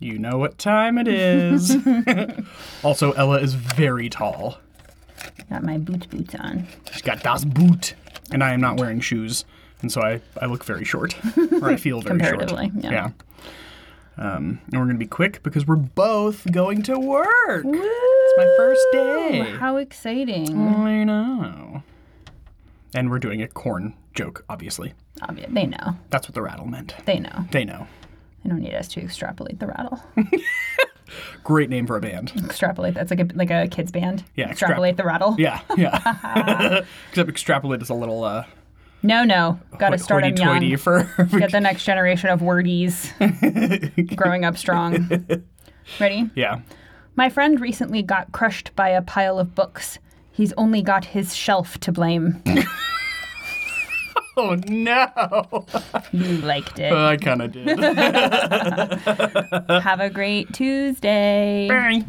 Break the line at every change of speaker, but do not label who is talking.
You know what time it is. also, Ella is very tall.
Got my boot boots on.
She's got das Boot, and I am not wearing shoes, and so I, I look very short, or I feel very
Comparatively,
short.
yeah.
Um, and we're gonna be quick because we're both going to work. It's my first
Woo!
day.
How exciting.
I know. And we're doing a corn joke, obviously.
Obvi- They know.
That's what the rattle meant.
They know.
They know.
They don't need us to extrapolate the rattle.
Great name for a band.
extrapolate. That's like a like a kids band.
Yeah, extrap-
Extrapolate the rattle.
Yeah, yeah. Except extrapolate is a little uh,
No, no. Got to
hoity
start them young.
toity for.
Get the next generation of wordies growing up strong. Ready?
yeah.
My friend recently got crushed by a pile of books. He's only got his shelf to blame.
Oh no!
You liked
Uh.
it.
I kind of did.
Have a great Tuesday.
Bye.